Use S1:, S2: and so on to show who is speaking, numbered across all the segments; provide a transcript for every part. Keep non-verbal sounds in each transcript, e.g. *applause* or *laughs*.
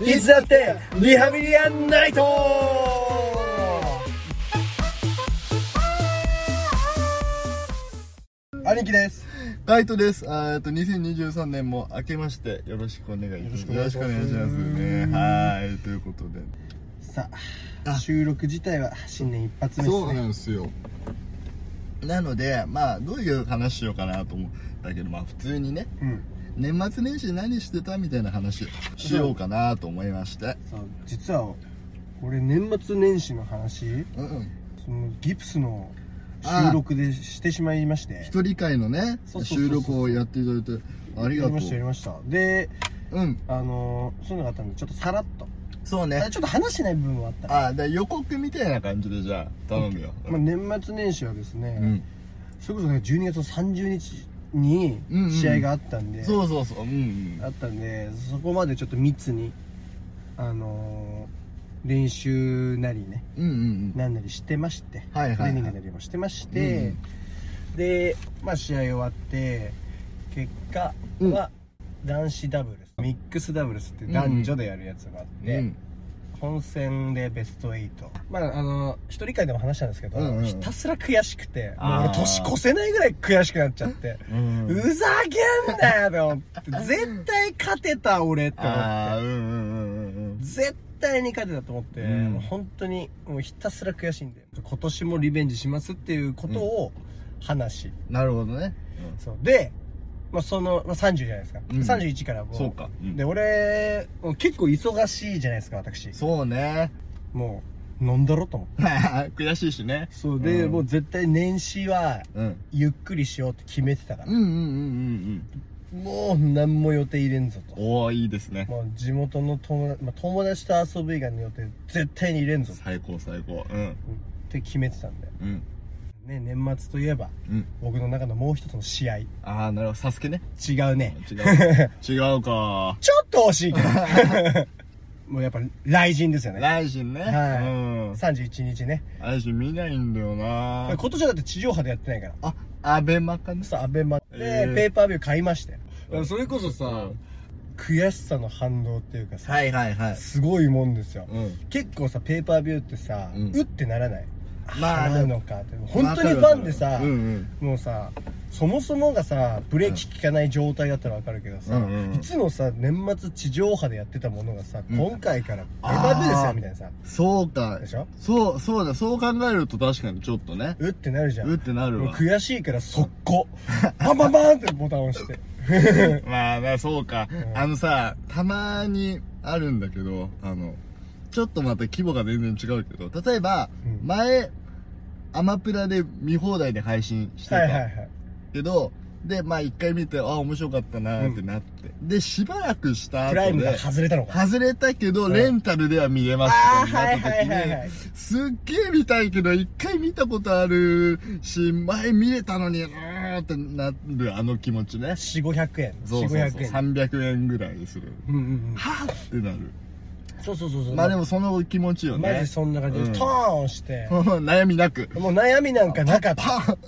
S1: いつだってリハビリアンナイト兄貴です
S2: カイトです。あーえっと2023年も明けましてよろしくお願いいたします。
S1: よろしくお願いします
S2: よろくお願いしますね。はいということで、
S1: さあ
S2: あ
S1: 収録自体は新年一発目です
S2: そう
S1: ね
S2: なんですよ。なのでまあどういう話しようかなと思ったけどまあ普通にね
S1: うん
S2: 年末年始何してたみたいな話しようかなと思いまして。
S1: さあ実は俺年末年始の話
S2: うんうん。
S1: そのギプスの収録でしてしまいまして
S2: 一人会のね
S1: そうそうそ
S2: 収
S1: うそう
S2: 録をやっていただいてあり
S1: や
S2: が
S1: り
S2: と
S1: ましたや
S2: う
S1: り。ましたで
S2: うん
S1: あのーそういうのがあったんでちょっとさらっと
S2: そう
S1: あ
S2: ね。
S1: ちょっと話してない部分はあった
S2: あーで予告みたいな感じでじゃあ頼むよ。
S1: まあ、年末年始はですね、
S2: うん。
S1: それこそね12月の30日に
S2: うんうん
S1: 試合があったんで、
S2: そうそうそう。うんうん。
S1: あったんでそこまでちょっと密にあのー練習なりね
S2: うんうんうん。
S1: なんなりしてまして、
S2: はいはいはい
S1: トレーニングなりもしてまして、でまあ試合終わって結果は男子ダブルス、ミックスダブルスって男女でやるやつがあって、
S2: うん
S1: 本戦でベスト8まああの一人会でも話したんですけど、
S2: うんうん
S1: ひたすら悔しくてもう
S2: あー
S1: 俺年越せないぐらい悔しくなっちゃって
S2: うん
S1: ふざけんなよと思って絶対勝てた俺って思
S2: ああ、
S1: っ
S2: う
S1: て
S2: んうんうん
S1: 絶対に勝てたと思って、
S2: うん
S1: もう本当にもうひたすら悔しいんで今年もリベンジしますっていうことを話、
S2: うん。なるほどね。
S1: そうで、まあ、その、まあ、30じゃないですか、
S2: うん
S1: 31からも
S2: そうか。うん
S1: で俺もう結構忙しいじゃないですか私
S2: そうね。 *laughs*
S1: もう飲んだろと思って。
S2: 悔しいしね。
S1: そうで、
S2: うん
S1: もう絶対年始は
S2: うん。
S1: ゆっくりしようって決めてたか
S2: う
S1: ら、
S2: んうんうん
S1: もう何も予定入れんぞ
S2: うん。
S1: と
S2: おおいいですね。
S1: もう地元の友達,、まあ、友達と遊ぶ以外の予定絶対に入れんぞっ
S2: 最高最高。うん。
S1: て決めてたんだよ、
S2: うん。
S1: ね、年末といえば
S2: うん。
S1: 僕の中のもう一つの試合違
S2: ああ、なるほど。サスケね。
S1: うね
S2: 違
S1: *laughs*
S2: う。違うか。
S1: ちょっと惜しいけ
S2: *laughs*
S1: どもうやっぱ雷神ですよね
S2: ライジンね。
S1: はい
S2: うん。
S1: 31日ね
S2: ライジン見ないんだよ
S1: こ
S2: な
S1: れ。今年はだって地上波でやってないから
S2: あ、アベマかね。
S1: さアベマで、
S2: えー
S1: ペーパービュー買いましたよ
S2: うん
S1: それこそさ、
S2: うん
S1: 悔しさの反動っていうかさ、
S2: はいはいはい。
S1: すごいもんですよ、
S2: うん。
S1: 結構さペーパービューってさ、
S2: うん
S1: うってならない
S2: まあ
S1: 払うのかって本当にファンでさ、
S2: うんうん。
S1: もうさそもそもがさブレーキ効かない状態だったらわかるけどさ、
S2: うんうんうん
S1: いつもさ年末地上波でやってたものがさ、
S2: うん
S1: 今回からペーパービューですよみたいなさ
S2: そうか
S1: で。しょ
S2: そう、そうだ。そう考えると確かにちょっとね。
S1: うってなるじゃん
S2: うってなる
S1: もう
S2: わ。
S1: 悔しいから速
S2: *laughs*
S1: 攻バンバンバンってボタン押して
S2: まあまあそうか、
S1: ん
S2: あのさたまにあるんだけどあのちょっとまた規模が全然違うけど例えば、
S1: うん
S2: 前アマプラで見放題で配信して
S1: はいはいは
S2: た
S1: い
S2: けど、でまあ一回見てあ面白かったなーってなって、でしばらくした
S1: プライ
S2: 後
S1: ムが
S2: で
S1: 外れたのか
S2: 外れたけど、
S1: ん
S2: レンタルでは見れます
S1: あ
S2: と
S1: ーは
S2: か
S1: い
S2: になった
S1: は
S2: 時
S1: い
S2: に、
S1: はいはい
S2: すっげえ見たいけど一回見たことあるし前見れたのにうーんってなるあの気持ちね
S1: 4500円
S2: そうそうそう
S1: 4500円
S2: 300円ぐらいする
S1: うんうん
S2: はぁってなる
S1: うんそうそうそうそう
S2: まあでもその気持ちよ
S1: マ
S2: ね
S1: ジそんな感じで、
S2: うん
S1: トーン押して、
S2: *laughs* 悩みなく
S1: もう悩みなんかなかっ
S2: パ
S1: た。
S2: ン考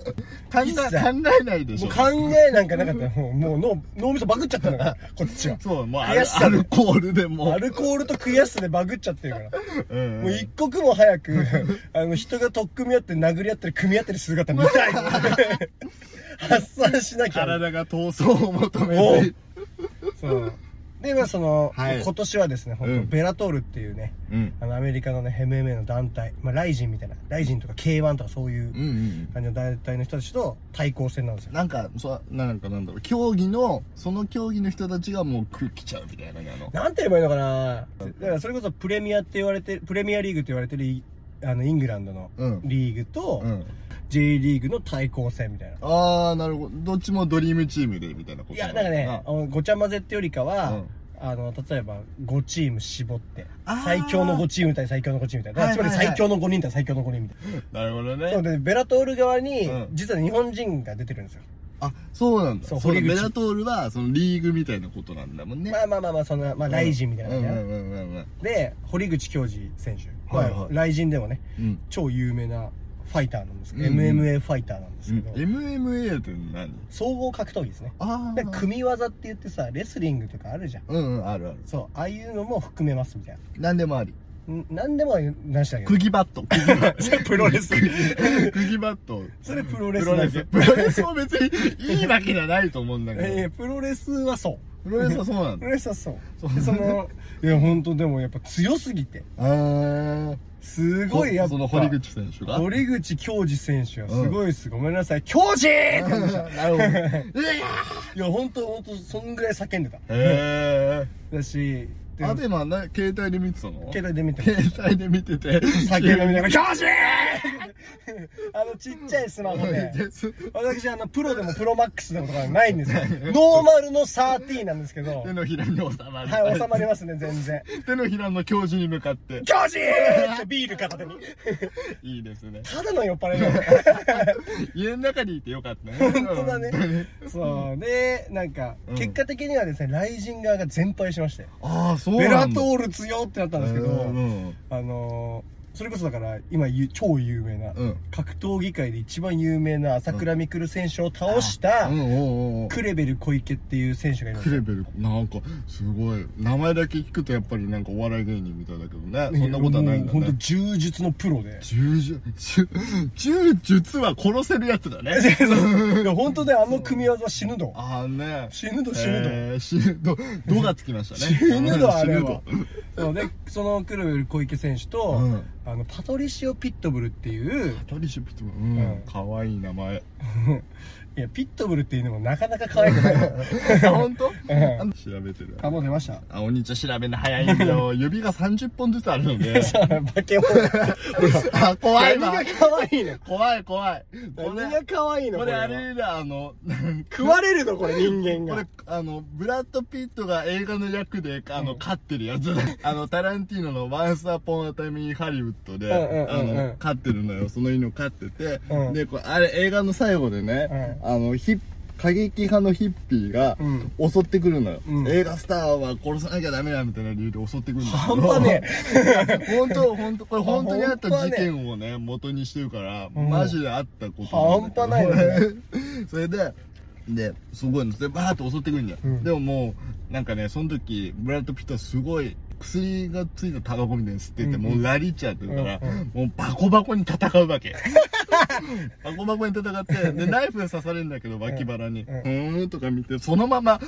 S2: え
S1: 一
S2: 考
S1: 切
S2: えないでし
S1: もう
S2: ょ
S1: 考えなんかなかった。もうもう脳脳みそバグっちゃったのから、こっちは。
S2: そうもうア
S1: 悔
S2: ル
S1: しさで
S2: アルコールでも
S1: アルコールと悔しさでバグっちゃってるから。
S2: うん
S1: もう一刻も早
S2: *laughs*
S1: く、あの、人が取っ組み合って殴り合ったり組み合ったりする姿見たい。
S2: *laughs*
S1: 発散しなきゃ。
S2: 体が闘争を求めて
S1: そう。で、まあその、
S2: はい
S1: 今年はですね、本
S2: う
S1: 当
S2: ん
S1: ベラトールっていうね、
S2: うん
S1: あの、アメリカのね、MMA の団体、まあ、ライジンみたいな、ライジンとか K1 とかそうい
S2: うん
S1: う
S2: うん
S1: 感じの団体の人たちと対抗戦なんですよ。
S2: なんかそうなんかなんだろう競技のその競技の人たちがもう来来ちゃうみたいなねあの
S1: なんて言えばいいのかなだからそれこそプレミアって言われてプレミアリーグって言われてるイあのイングランドの
S2: うん
S1: リーグと
S2: うん
S1: J リーグの対抗戦みたいな。
S2: ああなるほどどっちもドリームチームでみたいなこと
S1: いや、なんかね、あのごちゃ混ぜってよりか
S2: あう
S1: は
S2: ん、
S1: あの、例えば5チーム絞って
S2: あ、ー
S1: 最強の5チーム対最強の5チームみたいな。だからつまり
S2: はいはいは
S1: 最
S2: い
S1: 強の5人対最強の5人みたい
S2: なるほど
S1: な。
S2: ね
S1: そうで、ベラトール側に
S2: う、ん
S1: 実は日本人が出てるんですよ。
S2: あそうなんだ
S1: そ
S2: そうう
S1: 堀口
S2: ベラトールはそのリーグみたいなことなんだもんね、
S1: まあまあまあまあ、そんな、まあ、ライジンみたいな
S2: うん
S1: 感じ
S2: う
S1: だなん
S2: うんうん
S1: で、堀口教授選手。
S2: はい
S1: まあ
S2: はい
S1: ライジンでもね、
S2: うん
S1: 超有名なファイターなんですけ
S2: う
S1: ど、
S2: ん
S1: MMA ファイターなんですけど、
S2: MMA って何
S1: 総合格闘技ですね
S2: あ
S1: で組み技って言ってさレスリングとかあるじゃん
S2: うんうんあるある
S1: そうああいうのも含めますみたい
S2: 何でもあり
S1: なな何でもなしだけど
S2: 釘バット釘バット
S1: それプロレス
S2: *laughs* 釘バット
S1: それプロレ
S2: プ
S1: ス
S2: ロ
S1: なん
S2: レ
S1: です
S2: ス
S1: よ
S2: プロレスも別にいいわけじゃないと思うんだけど、
S1: いやいやプロレスはそう
S2: プロレスはそうなん
S1: プ
S2: だ
S1: ロレスはそう
S2: そう
S1: でそのいや本当でもやっぱ強すぎて
S2: あ
S1: す
S2: す
S1: ごいやっぱ
S2: その堀口選手が *laughs*
S1: 堀口恭司選手はすごいです、ごめんなさい恭司って言いま *laughs* した
S2: なるほど
S1: いや本当本当そんぐらい叫んでた
S2: へ
S1: だし
S2: え
S1: で
S2: アベマな携帯で見てたの
S1: 携帯で見ても
S2: 携帯で見てて
S1: 叫んでみながら「恭司!」 *laughs* あのちっちゃいスマホ *laughs* で
S2: です
S1: 私あのプロでもプロマックスでもとかないん *laughs* ですよノーマルの13なんですけど
S2: *laughs* 手のひらに収まる
S1: はい収まりますね全然
S2: 手のひらの教授に向か
S1: *laughs*
S2: って
S1: 「恭司!」 *laughs* ってビール片手に
S2: いいですね
S1: ただの酔っ払いだ
S2: *laughs*
S1: よ
S2: 家の中にいてよかったね
S1: 本当だねそうでなんか、
S2: うん
S1: 結果的にはですねライジン側が全敗しまして
S2: ああそう
S1: ベ
S2: な
S1: ラ
S2: んだ
S1: トール強ってなったんですけど、
S2: うん
S1: あのーそれこそだから今ゆ超有名な、
S2: うん
S1: 格闘技界で一番有名な朝倉未来選手を倒した、
S2: うんおうおうおう
S1: クレベル小池っていう選手がいるんで
S2: ク
S1: すよ
S2: レベルなんかすごい名前だけ聞くとやっぱりなんかお笑い芸人みたいだけどねそんなことはないんだ
S1: もうほ
S2: ね
S1: と柔術のプ
S2: *laughs*
S1: ロで
S2: 柔術柔柔術は殺せるやつだね
S1: いや本当であの組み技死ぬど
S2: ああね
S1: 死ぬど死ぬど、
S2: えー死ぬどどがつきましたね
S1: 死ぬどあれ
S2: 死ぬど
S1: はそうでそのクレベル小池選手と、
S2: うん
S1: あのパトリシオ・ピットブルっていう
S2: トリシュピットもう
S1: うん
S2: んかわいい名
S1: *laughs*
S2: 前
S1: いや、ピットブルっていうのもなかなか可愛
S2: *laughs*
S1: くない。
S2: 本当
S1: ん
S2: あの調べてる
S1: あ、もう出
S2: *laughs*
S1: ました。
S2: あお兄ちゃん調べるの早いんだよ指が30本ずつあるの
S1: *laughs*
S2: で
S1: バケモン。
S2: あ怖い
S1: 何
S2: わ
S1: が可愛いの
S2: 怖い怖いこ
S1: 何
S2: れ
S1: が可愛いの
S2: こ
S1: こ
S2: れ
S1: れ
S2: あ
S1: は
S2: れだあのなんか
S1: 食われるのこれ人間
S2: こ
S1: が
S2: れ。あのブラッド・ピットが映画の役であの、
S1: うん
S2: 飼ってるやつ
S1: *laughs*
S2: あのタランティーノの「ワンスアポン・アタイム・イン・ハリウッドで」
S1: うんうんうんうん
S2: あの飼ってるのよその犬を飼ってて、
S1: うん
S2: でこれあれ映画の最後でね、あのヒッ過激派のヒッピーが
S1: うん
S2: 襲ってくるのよ、
S1: うん
S2: 映画スターは殺さなきゃダメだみたいな理由で襲ってくるの
S1: 半端
S2: *laughs*
S1: ね
S2: 本当本当これ本当にあった
S1: 本当
S2: 事
S1: ね
S2: 件をね元にしてるから、
S1: うん
S2: マジであったことんだけど
S1: 半端ないよ
S2: *laughs* それでですごいのでバーッと襲ってくるんだよ、
S1: うん
S2: でももうなんかねその時ブラッド・ピットはすごい薬がついたタバコみたいに吸ってて、
S1: うんうん
S2: もうラリっちゃってるから、
S1: うんうん
S2: もうバコバコに戦うわけバコバコに戦ってでナイフで刺されるんだけど脇腹に「う
S1: うん
S2: ーん」とか見てそのまま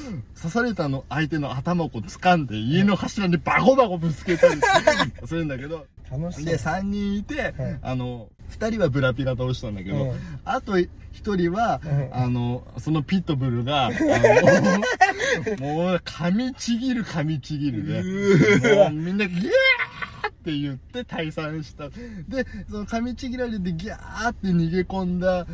S2: 刺されたの相手の頭をこう掴んで家の柱にバコバコぶつけたり
S1: *laughs*
S2: するんだけど
S1: え。楽しそう
S2: で。3人いて、
S1: うん
S2: あの2人はブラピが倒したんだけど、
S1: うん
S2: あと1人は、
S1: うん
S2: あのそのピットブルがあの
S1: *laughs*
S2: もう噛みちぎる噛みちぎるで、もうみんなギャーって言って退散したでその噛みちぎられてギャーって逃げ込んだ、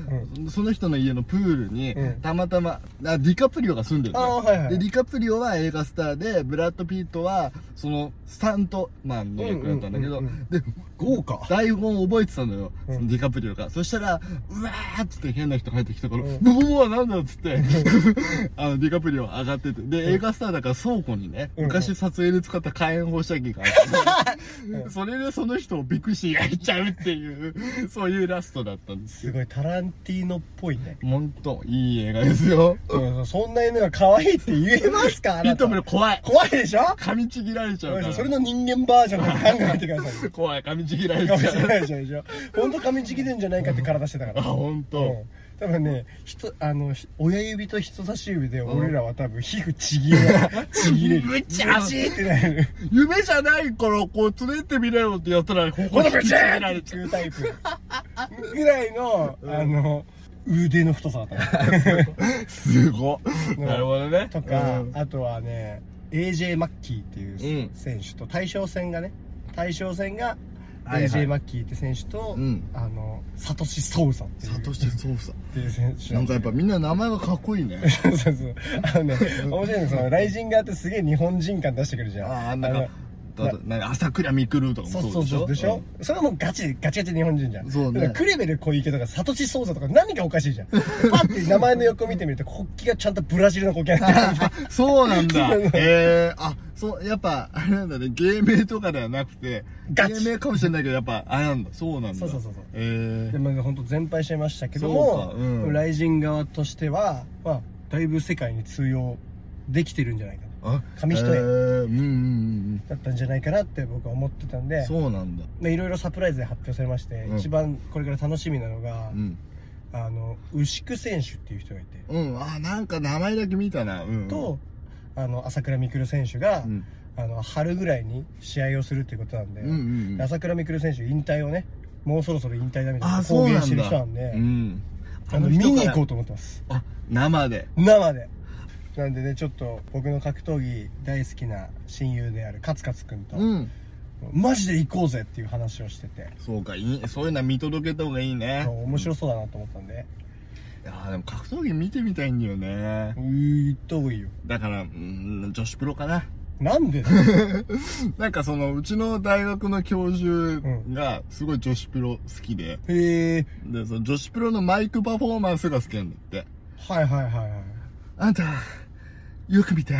S2: その人の家のプールに、
S1: うん
S2: たまたまあディカプリオが住んでるのよ
S1: あーはいはい
S2: でディカプリオは映画スターでブラッド・ピートはそのスタントマンの役だったんだけど、
S1: うんうんうん
S2: で
S1: 豪華。
S2: 台本覚えてたのよ、
S1: うん
S2: そのディカプリオが。そしたら、うわーっつって変な人入ってきたから、
S1: うん
S2: うわなんだっつって、 *laughs* あの、ディカプリオ上がってて。で、映画スターだから倉庫にね、
S1: うん
S2: 昔撮影で使った火炎放射器があって、 *laughs* それでその人をびっくりして焼いちゃうっていう、そういうラストだったんです
S1: す
S2: よ。
S1: ごいタランティーノっぽいね。
S2: ほんと、いい映画ですよ。
S1: うんそんな犬が可愛いって言えますか
S2: *laughs*
S1: あ
S2: ピッ
S1: なた
S2: トブル怖い
S1: 怖いでしょ
S2: 噛みちぎられちゃうから。
S1: それの人間バージョンで考えてください。
S2: 怖い、噛みちぎられちゃ
S1: *laughs* 噛みちぎ
S2: う。
S1: られちゃうでしょ本当噛みちぎるんじゃないかって体してたか
S2: あ、
S1: ら。
S2: ほんと。
S1: うん多分ね人あのひ親指と人差し指で俺らは多分皮膚ちぎれるちぎれる
S2: ぶちゃ
S1: ぶちーってなる
S2: 夢じゃないから、こう、連れてみれよってやったら、ここでぶちーられちゃう
S1: 中タイプぐらいの、あの腕の太さだったね
S2: すごい。
S1: う
S2: *laughs*
S1: ん
S2: なるほどね。
S1: とか、
S2: うん
S1: あとはね AJ マッキーっていう
S2: うん
S1: 選手と大将戦がね大将戦が
S2: はいはい
S1: AJ マッキーって選手と、
S2: うん
S1: あのサトシ・ソウサっていう
S2: サトシソウサ。
S1: っていう選手
S2: なんかやっぱみんな名前がかっこいいね。
S1: そうそうそう。あのね、面白いのがその、ライジン側ってすげえ日本人感出してくるじゃん。
S2: ああ、なんか
S1: の、
S2: とあとなんか朝倉未来とか
S1: そう
S2: も
S1: そ
S2: そう
S1: う
S2: でし
S1: そう
S2: ょ
S1: でしょ、それはもうガチガチガチ日本人じゃん
S2: そうね
S1: だからクレベル小池とかサトシソウザとか何がおかしいじゃんパッて名前の横見てみると国旗がちゃんとブラジルの国旗なんだよ
S2: *laughs* あそうなんだ。ええあ、そう、やっぱ、あれなんだね、芸名とかではなくて、
S1: ガ
S2: 芸
S1: チ
S2: 名かもしれないけど、やっぱ、あれなんだ、そうなんだ。
S1: そうそうそうそう
S2: ええ
S1: でも本当全敗しちゃいましたけど
S2: そう
S1: も、
S2: かうん
S1: ライジン側としては、まあ、だいぶ世界に通用できてるんじゃないか
S2: あ
S1: 紙一重
S2: ええうんうんうん
S1: だったんじゃないかなって僕は思ってたん
S2: う
S1: で
S2: ん。そうなんだ。
S1: でいろいろサプライズで発表されまして、
S2: うん
S1: 一番これから楽しみなのが、
S2: うん。
S1: あの牛久選手っていう人がいて、
S2: うん、あ、なんか名前だけ見たな。うん。
S1: とあの朝倉未来選手が、
S2: うん、
S1: あの春ぐらいに試合をするっていうことなんで、
S2: うんうんうん。
S1: 朝倉未来選手引退をねもうそろそろ引退だみたい
S2: あ、
S1: な
S2: そ
S1: 公
S2: うなん
S1: 言
S2: だ。
S1: してる人なんで
S2: うん。
S1: あの見に行こう
S2: う。
S1: と思ってます
S2: あ、生で。
S1: 生でなんでねちょっと僕の格闘技大好きな親友である勝勝君と、
S2: うん。
S1: マジで行こうぜっていう話をしてて
S2: そうか、いい、そういうのは見届けた方がいいね。
S1: 面白
S2: い
S1: そうだなと思ったんで、
S2: や、でも格闘技見てみたいんだよね
S1: う。ーん、行った方がいいよ
S2: だから、うん、女子プロかな。
S1: なんでだ
S2: *laughs* なんかその、うちの大学の教授が、すごい女子プロ好きで、
S1: へえ
S2: で、その女子プロのマイクパフォーマンスが好きなんだって。
S1: はいはいはいはい
S2: あんた、よく見て、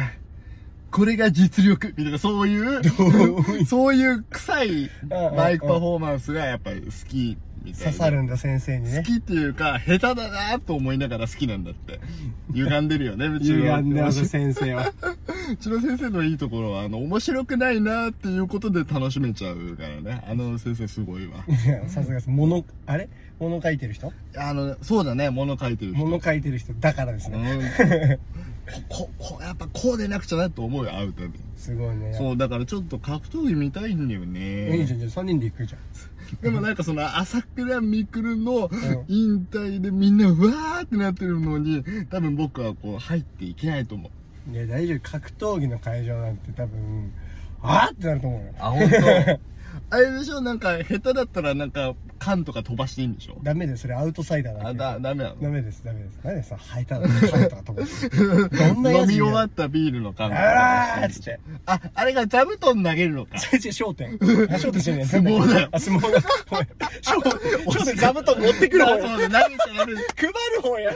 S2: これが実力みたいな、そう
S1: *laughs* う
S2: いう、 *laughs* そういう臭いマイクパフォーマンスがやっぱり好きみたいな。
S1: 刺さるんだ先生に
S2: 好
S1: ね
S2: きっていうか、下手だなと思いながら好きなんだ
S1: *laughs*
S2: って。歪んでるよね、うちの。
S1: 歪んでます先生は
S2: うちの先生のいいところは、あの、面白くないなっていうことで楽しめちゃうからね。あの先生すごい
S1: *laughs*
S2: わ。
S1: いやさすがです物あれ物書いてる人
S2: あの、そうだね、物書いてる人。
S1: 物書いてる人だからです
S2: う
S1: ね、
S2: ん、こ、こ、こやっぱこうでなくちゃなと思うよ、会うたび。
S1: すごいね
S2: そう、だからちょっと格闘技見たいんだよ
S1: いいじゃ
S2: ね。
S1: んじゃ3人で行くじゃん
S2: でもなんかその、朝倉未来の
S1: ん
S2: 引退でみんな、うわーってなってるのに、多分僕はこう、入っていけないと思う。
S1: いや大丈夫格闘技の会場なんて多分あーってなると思うよ
S2: あ、本 *laughs* 当。あれでしょなんか、下手だったらなんか、缶とか飛ばしていいんでしょ
S1: ダメですそれアウトサイダーだ
S2: あ、
S1: け
S2: だ、ダメなの
S1: ダメですダメです何でさ吐いたの吐いたかと思ってどんなや
S2: 飲
S1: つ
S2: み終わったビールの缶とか
S1: あーっつって
S2: あ、あれが座布団投げるのか。
S1: 違う違う商店あ商店じゃねえ
S2: 相撲だよ
S1: あ相撲だごめん商 *laughs* 店商店座布団持ってくる
S2: あ
S1: 方
S2: そう
S1: や
S2: だ、投げてやる。
S1: 配る方や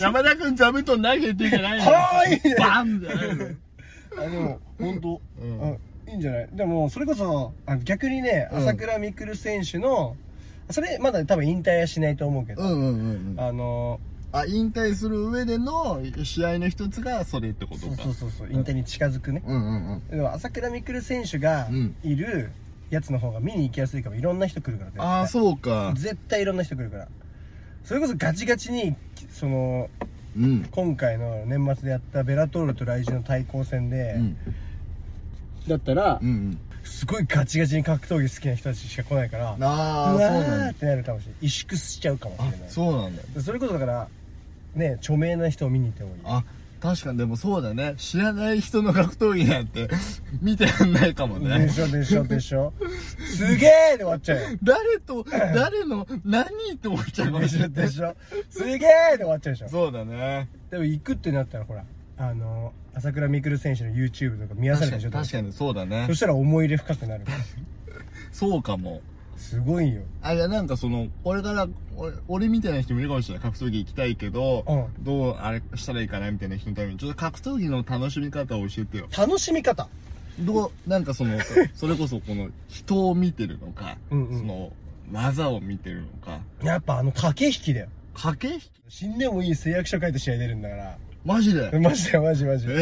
S2: 山田くん座布団投げてじゃないの。
S1: *laughs* はーい
S2: バンじゃないの。
S1: あでも本当
S2: うん
S1: あいいんじゃないでもそれこそあ逆にね
S2: うん
S1: 朝倉未来選手のそれまだ多分引退はしないと思うけど、
S2: うんうんうんうん。
S1: あの
S2: あ、引退する上での試合の一つがそれってこと
S1: そう
S2: か。
S1: そうそうそう引退に近づくね、
S2: うんうんうん。
S1: でも朝倉未来選手が
S2: うん
S1: いるやつの方が見に行きやすいかもいろんな人来るから絶対
S2: ああ、そうか。
S1: 絶対いろんな人来るからそれこそガチガチにその
S2: うん。
S1: 今回の年末でやったベラトールとライジの対抗戦
S2: う
S1: で、
S2: ん。
S1: だったら、
S2: うん
S1: すごいガチガチに格闘技好きな人たちしか来ないから
S2: うん。ああ、
S1: う
S2: そう
S1: わ
S2: な
S1: ーっ
S2: んだ。
S1: てなるかもしれない萎縮しちゃうかもし
S2: あ
S1: れない、
S2: そうなんだ。
S1: それこそだからね著名な人を見に行ってもいい
S2: あ確かにでもそうだね知らない人の格闘技なんて *laughs* 見てらんないかも
S1: で
S2: ね
S1: しょでしょで
S2: *laughs*
S1: しょすげえで終わっちゃうよ
S2: 誰と誰の何って思っちゃうかも
S1: で
S2: し
S1: し
S2: れ
S1: ょ
S2: ない
S1: でしょすげえで終わっちゃうでしょ
S2: そうだね
S1: でも行くってなったらほらあの朝倉未来選手の YouTube とか見やさ
S2: 確
S1: れ
S2: か
S1: たでしょ
S2: に確かにそうだね
S1: そしたら思い入れ深くなるから
S2: そうかも
S1: すごいよ
S2: あいやなんかそのこれから俺俺みたいな人もいるかもしれない格闘技行きたいけど、
S1: う
S2: どうあれしたらいいかなみたいな人のためにちょっと格闘技の楽しみ方を教えてよ
S1: 楽しみ方
S2: どうなんかそ
S1: *laughs*
S2: のそれこそこの人を見てるのか、
S1: うんうん
S2: その技を見てるのか
S1: やっぱあの駆け引きだよ
S2: 駆け引き
S1: 死んでもいい誓約書書いて試合出るんだか
S2: マジで
S1: らマジでマジマジ
S2: ええ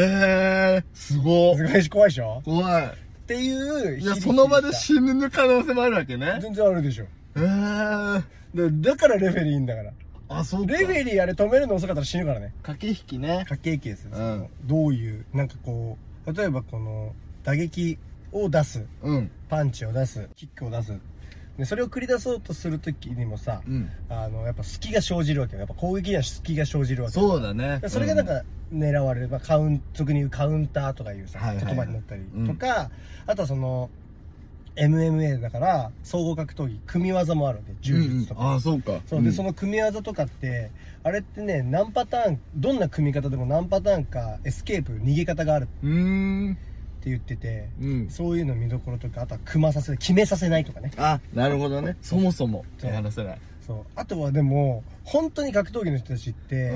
S2: ー、すごい
S1: す。ごいし怖いでしょ
S2: 怖い。
S1: っていう
S2: いや、その場で
S1: 響
S2: 死ぬ可能性もあるわけ
S1: き
S2: ね。
S1: 全然あるでしょ
S2: ええー、
S1: だだからレフェリーいいんだから
S2: あ、そうか。
S1: レフェリーあれ止めるの遅かったら死ぬからね
S2: 駆け引きね。
S1: 駆け引きですよ、
S2: うん
S1: そのどういうなんかこう例えばこの打撃を出す
S2: うん。
S1: パンチを出すキックを出すでそれを繰り出そうとするときにもさ
S2: うん。
S1: あのやっぱ隙が生じるわけよやっぱ攻撃には隙が生じるわけ
S2: そうだね。
S1: それがなんか狙われる、まあ、カウン俗に言うカウンターとかいうさ、
S2: はいはいはい
S1: 言葉になったりとか、あとはその MMA だから総合格闘技組み技もあるわけ
S2: うん、
S1: 柔術とか、
S2: うんあ、そうか。
S1: そうでそ
S2: の、
S1: の組み技とかってあれってね何パターンどんな組み方でも何パターンかエスケープ逃げ方がある
S2: うーん。
S1: っって言ってて、
S2: うん
S1: そういうの見どころとかあとは組まさせ決めさせないとかね
S2: あなるほどねそもそも
S1: そう
S2: 手離せない
S1: そうあとはでも本当に格闘技の人たちって、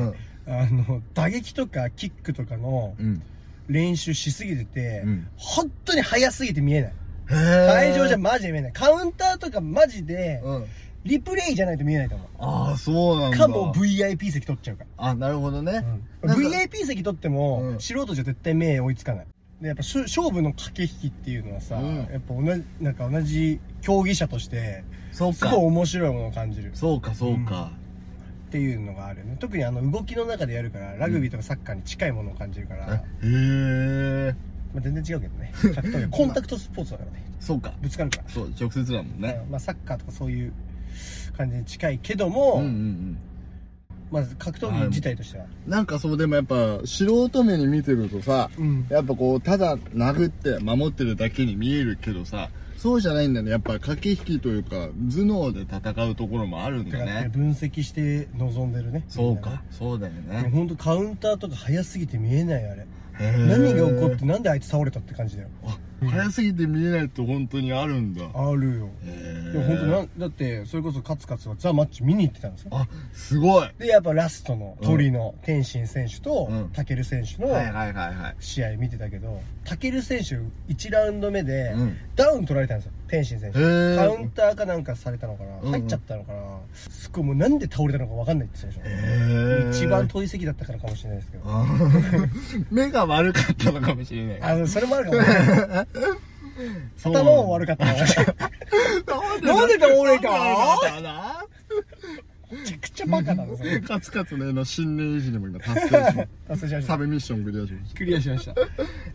S1: あの打撃とかキックとかの
S2: うん
S1: 練習しすぎてて、
S2: うん
S1: 本当に速すぎて見えない
S2: 会
S1: 会場じゃマジで見えないカウンターとかマジで
S2: うん
S1: リプレイじゃないと見えないと思う
S2: ああそうなんだ
S1: かも VIP 席取っちゃうから
S2: あなるほどねなんか
S1: VIP 席取っても、
S2: うん
S1: 素人じゃ絶対目追いつかないでやっぱしょ勝負の駆け引きっていうのはさ、
S2: うん
S1: やっぱ同じなんか同じ競技者として
S2: そう
S1: す
S2: か
S1: ごい面白いものを感じる
S2: そうかそうか
S1: っていうのがあるよね特にあの動きの中でやるからラグビーとかサッカーに近いものを感じるから、ま
S2: へえ
S1: あ、全然違うけど
S2: *laughs*
S1: ね格闘技はコンタクトスポーツだからね
S2: そうか
S1: ぶつかるから、
S2: そう直接だもんね
S1: うんまあ、サッカーとかそういう感じに近いけども、
S2: うんうんうん
S1: まず格闘技自体としては、
S2: なんかそうでもやっぱ素人目に見てるとさ
S1: うん
S2: やっぱこうただ殴って守ってるだけに見えるけどさそうじゃないんだねやっぱ駆け引きというか頭脳で戦うところもあるんだ
S1: だから
S2: ね
S1: 分析して臨んでるね
S2: そう
S1: みんなね
S2: かそうだよ
S1: いや
S2: ね
S1: ほんとカウンターとか早すぎて見えないあれ何
S2: 何
S1: が起こってなんであいつ倒れたって感じだよ
S2: 早すぎて見えないって本当にあるんだ
S1: あるよ
S2: へ
S1: い
S2: え
S1: やほんとなんだってそれこそカツカツはザ・マッチ見に行ってたんですよ
S2: あすごいは
S1: でやっぱラストの鳥の天心選手と
S2: うん
S1: タケル選手の
S2: いはいはいはい
S1: 試合見てたけどタケル選手1ラウンド目で
S2: うん
S1: ダウン取られたんですよ天心選手
S2: へえ
S1: カウンターかなんかされたのかな
S2: うん
S1: 入っちゃったのかなすごいもうなんで倒れたのか分かんないって言ってたでし
S2: へ
S1: ょ
S2: え
S1: 一番遠い席だったからかもしれないですけど
S2: あー *laughs* 目が悪かったのかもしれない
S1: あのそれもあるかもしれない *laughs* 頭も悪
S2: か
S1: かったな *laughs*
S2: った
S1: なんで倒れた
S2: な
S1: めちゃくちゃバカなのそれ
S2: カツカツの絵の心霊維持にも今達成しました
S1: 達 *laughs* 成しました
S2: サブミッションクリアしまし
S1: クリアしましたっ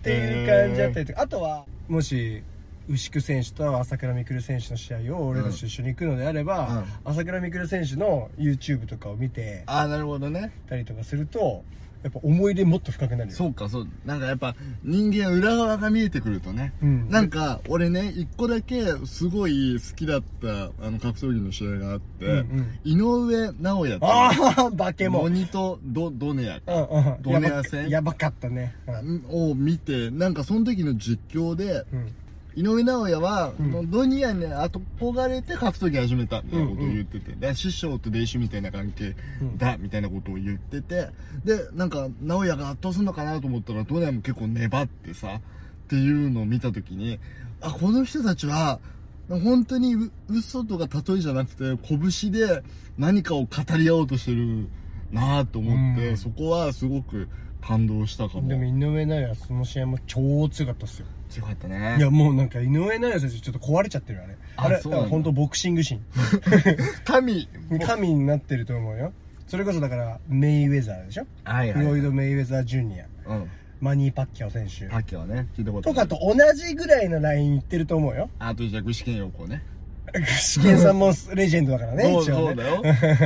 S1: ていう感じだったりとかあとはもし牛久選手と朝倉未来選手の試合を俺たちと一緒に行くのであれば、朝倉未来選手の YouTube とかを見て
S2: たああなるほどね
S1: たりとかするとやっぱ思い出もっと深くなるよ
S2: そうかそうなんかやっぱ人間裏側が見えてくるとね
S1: うん
S2: なんか俺ね一個だけすごい好きだったあの格闘技の試合があって、
S1: うんうん
S2: 井上尚弥
S1: あ
S2: と
S1: あバケモ
S2: モ
S1: ン
S2: ニト・ドドネア
S1: うんうん
S2: ドネア戦
S1: やばかったね、うん
S2: を見てなんかその時の実況で
S1: うん
S2: 井上尚弥は、
S1: うん
S2: ドニアに憧れて格闘技始めたみたいなことを
S1: うんうん
S2: 言ってて、で師匠と弟子みたいな関係
S1: うん
S2: だみたいなことを言っててでなんか直哉が圧倒するのかなと思ったらドニアも結構粘ってさっていうのを見た時にあこの人たちは本当にう嘘とか例えじゃなくて拳で何かを語り合おうとしてるなと思って、
S1: うん
S2: そこはすごく感動したかも
S1: でも井上尚弥はその試合も超強かったっすよ
S2: 強かったね
S1: いやもうなんか井上尚弥選手ちょっと壊れちゃってるあれ
S2: あ
S1: あれだ
S2: そ
S1: か
S2: うなんだ
S1: ら本当ボクシングシーン
S2: *laughs* 神
S1: 神になってると思うよそれこそだからメイウェザーでしょ
S2: はい
S1: フロイド・メイウェザー・ジュニア
S2: うん
S1: マニー・パッキャオ選手
S2: パッキャはね聞いたこと
S1: と
S2: あ
S1: か
S2: る
S1: と同じぐらいのラインいってると思
S2: *laughs*
S1: うよ
S2: あとじゃあ具志堅用高ね
S1: 試験さんもレジェンドだからね
S2: そう
S1: 一
S2: そ
S1: 応
S2: う
S1: ね
S2: だ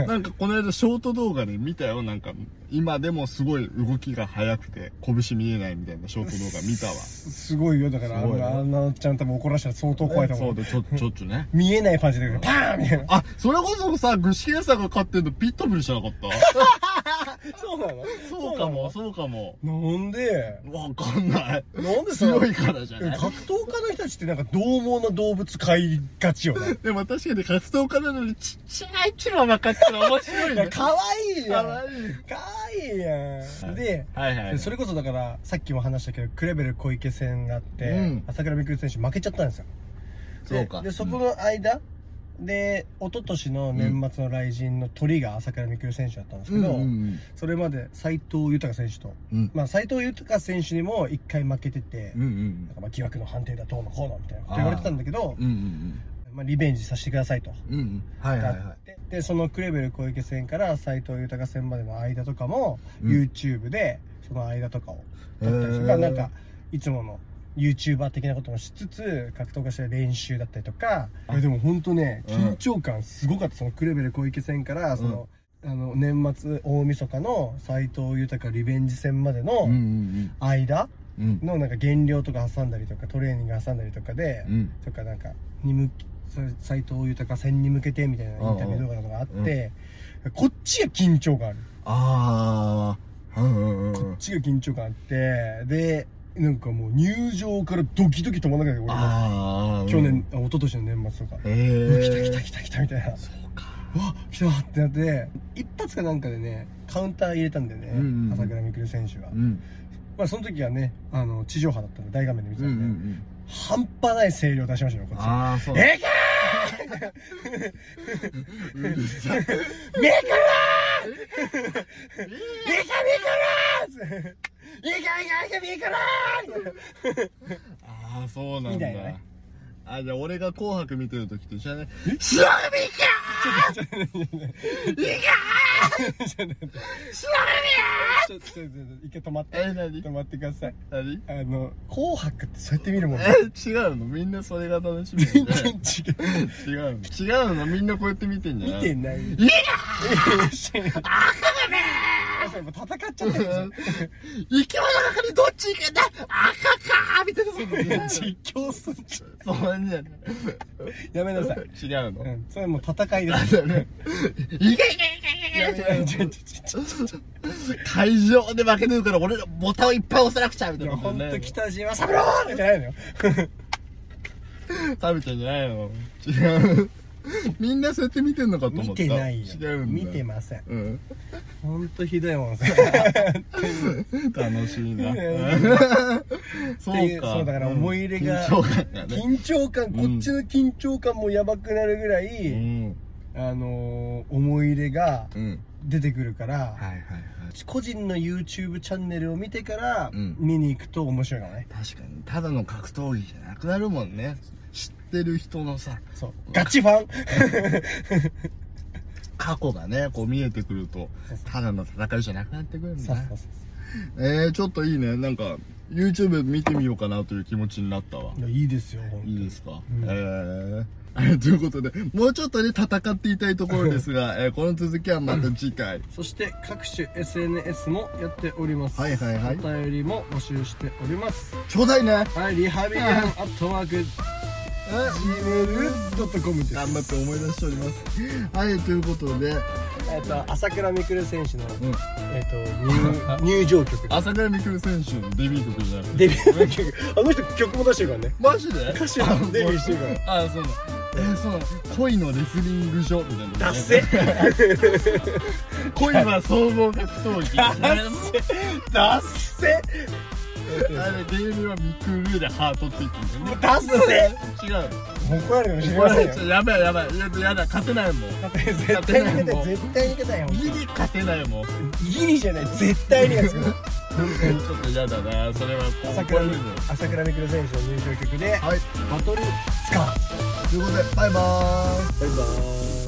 S2: よ
S1: *laughs*
S2: なんかこの間ショート動画で見たよなんか今でもすごい動きが速くて拳見えないみたいなショート動画見たわ
S1: すごいよだからあ
S2: すごいね
S1: のあのちゃん多分怒らしたら相当怖いと思
S2: そう
S1: う
S2: だちょちょっとね
S1: 見えないパンチでパーンみたいな
S2: あそれこそさ具志堅さんが勝ってんのピットブルじゃなかった
S1: *laughs* そうなの
S2: そうかもそうかも
S1: なんで
S2: わかんない
S1: なんでさ
S2: 強いからじゃない
S1: 格闘家の人たちってなんか獰猛な動物飼いがちよね
S2: でも確かに活動家なのにちっちゃいチワワかったら面白い
S1: *laughs* い
S2: ね
S1: やかわいいじゃん
S2: かわいい
S1: かわいいやんで
S2: はいはいは
S1: で
S2: い
S1: それこそだからさっきも話したけどクレベル小池戦があって、
S2: うん
S1: 朝倉未来選手負けちゃったんですよで
S2: そうか
S1: でそこの間、で一昨年の年末の来陣の鳥が朝倉未来選手だったんです
S2: う
S1: け
S2: ん
S1: ど、
S2: うん
S1: それまで斎藤豊選手と、
S2: うん
S1: まあ、斎藤豊選手にも1回負けてて、
S2: うんうん
S1: なんかまあ疑惑の判定だどうのこうのみたいなこと言われてたんだけど
S2: うんうんうん
S1: まあ、リベンジさせてくださいと。
S2: うんうんはいはいはい
S1: ででそのクレベル小池戦から斎藤豊戦までの間とかも、
S2: うん
S1: YouTube でその間とかを撮ったり
S2: へ
S1: と
S2: ー
S1: か、なんかいつもの YouTuber 的なこともしつつ格闘家してる練習だったりとかえでも本当ね
S2: うん
S1: 緊張感すごかった、そのクレベル小池戦からその、あの年末大晦日の斎藤豊リベンジ戦まで
S2: うんう
S1: の
S2: ん
S1: 間
S2: うんうん
S1: のなんか減量とか挟んだりとかトレーニング挟んだりとかで、
S2: うん
S1: とかなんかに向きそれ斎藤豊戦に向けてみたいなインタビュー動画とかがあって、こっちが緊張感ある
S2: ああうんうんう
S1: こっ
S2: ん
S1: ちが緊張感あってでなんかもう入場からドキドキ止まんなくなって
S2: ああ
S1: 俺も去年あ一昨年の年末とか
S2: へ
S1: うわ
S2: え
S1: 来た来た来た来たみたいな
S2: そうか
S1: うわ来たってなって一発かなんかでねカウンター入れたんだよね、
S2: うんうん
S1: 朝倉未来選手は、
S2: うん
S1: まあその時はねあの地上波だったので大画面で見て
S2: うん
S1: た
S2: うん
S1: で、
S2: ん
S1: 半端ない声量出しましたよこっち
S2: ああそうだ
S1: え
S2: うるさい
S1: けめくらーめくらーめくらーめくらーめくらー
S2: ああそうなん
S1: み
S2: だ
S1: たいなね
S2: あじゃあ俺が「紅白」見てる時と一緒だね「白組いかー!」いかー白
S1: ちょっとちょっと一回止まって
S2: 組え何
S1: 止まってください
S2: 何
S1: あの「紅白」ってそうやって見るもんね
S2: え違うのみんなそれが楽しみ
S1: 全
S2: で
S1: 然違う
S2: 違うの違うのみんなこうやって見てんじゃ
S1: 見
S2: ない
S1: て
S2: ん
S1: ないい
S2: や
S1: 戦っちゃってるじゃん
S2: 生き物係どっち行くんだ赤かーみたいなそんな
S1: 実況すんじ
S2: そんなんじゃない
S1: ゃんやめなさい
S2: 違うの
S1: うんそれもう戦いで
S2: あ
S1: す
S2: だねいけいけいけ
S1: や
S2: い
S1: め
S2: け
S1: ないさ
S2: け
S1: いちょちょちょ
S2: 会場で負けてるから俺のボタンをいっぱい押さなくちゃみた
S1: い
S2: い
S1: や
S2: な
S1: ほんと
S2: き
S1: 北島三郎ってじゃないのよ
S2: 食べちゃんじゃないの違うみんなそうやって見てんのかと思った
S1: 見てないよ
S2: 違うんだ
S1: 見てません
S2: うん
S1: ほんとひどいもん
S2: *laughs* 楽しいな
S1: ねって
S2: そ
S1: いうう
S2: か
S1: そうだから思い入れが
S2: 緊張感がね
S1: 緊張感こ
S2: うん
S1: っちの緊張感もやばくなるぐら
S2: う
S1: い
S2: ん
S1: あのー思い入れが
S2: うん
S1: 出てくるから
S2: はいはいはい
S1: 個人の YouTube チャンネルを見てから
S2: うん
S1: 見に行くと面白いかもね
S2: 確かにただの格闘技じゃなくなるもんね知ってる人のさ
S1: そうガチファン
S2: 過去がねこう見えてくるとただの戦いじゃなくなってくるん
S1: *laughs*
S2: だ
S1: そう
S2: な
S1: そうそう
S2: えー、ちょっといいねなんか YouTube 見てみようかなという気持ちになったわ
S1: いやいいですよ本当
S2: いい
S1: に
S2: ですか、
S1: うん
S2: えー *laughs* はいということでもうちょっとね戦っていたいところですが、えーこの続きはまた次回
S1: そして各種 SNS もやっております
S2: はいはいはい
S1: お便りも募集しております
S2: ちょうだいね
S1: はいリハビリアンアットワーク
S2: えー
S1: Gmail.com です
S2: 頑張って思い出しておりますはいということで、
S1: えっと朝倉未来選手の、
S2: うん、
S1: えっと *laughs* 入入場曲
S2: 朝倉未来選手のデビュー曲じゃなくて
S1: デビュー曲あの人曲も出してるからね
S2: マジで
S1: 歌手のデビューしてるから
S2: あそうなのえー、そうなの恋のレスリング所みたいな
S1: ダッセ
S2: 恋は総合格闘技
S1: ダッセ
S2: あれ、ゲームはミクルーでハートついてるんだよね。
S1: ダッセ
S2: 違う。
S1: 怒られるかもしれ
S2: こ
S1: ません
S2: れ
S1: よ
S2: ちょやばいやばい。いや、やだ、勝てないもん。
S1: 絶対に勝てない絶対に勝てないよ
S2: ギリ勝てない
S1: *laughs*
S2: もん。ち
S1: ギリじゃない絶対にやつよ
S2: ょ
S1: *laughs*
S2: っとやだな。それはこう怒
S1: 朝
S2: ら
S1: 倉
S2: れる
S1: 未
S2: よ。
S1: 朝倉未来選手の入場曲で
S2: はい。
S1: バトルスカー
S2: ということで、バイバーイ。
S1: バイバーイ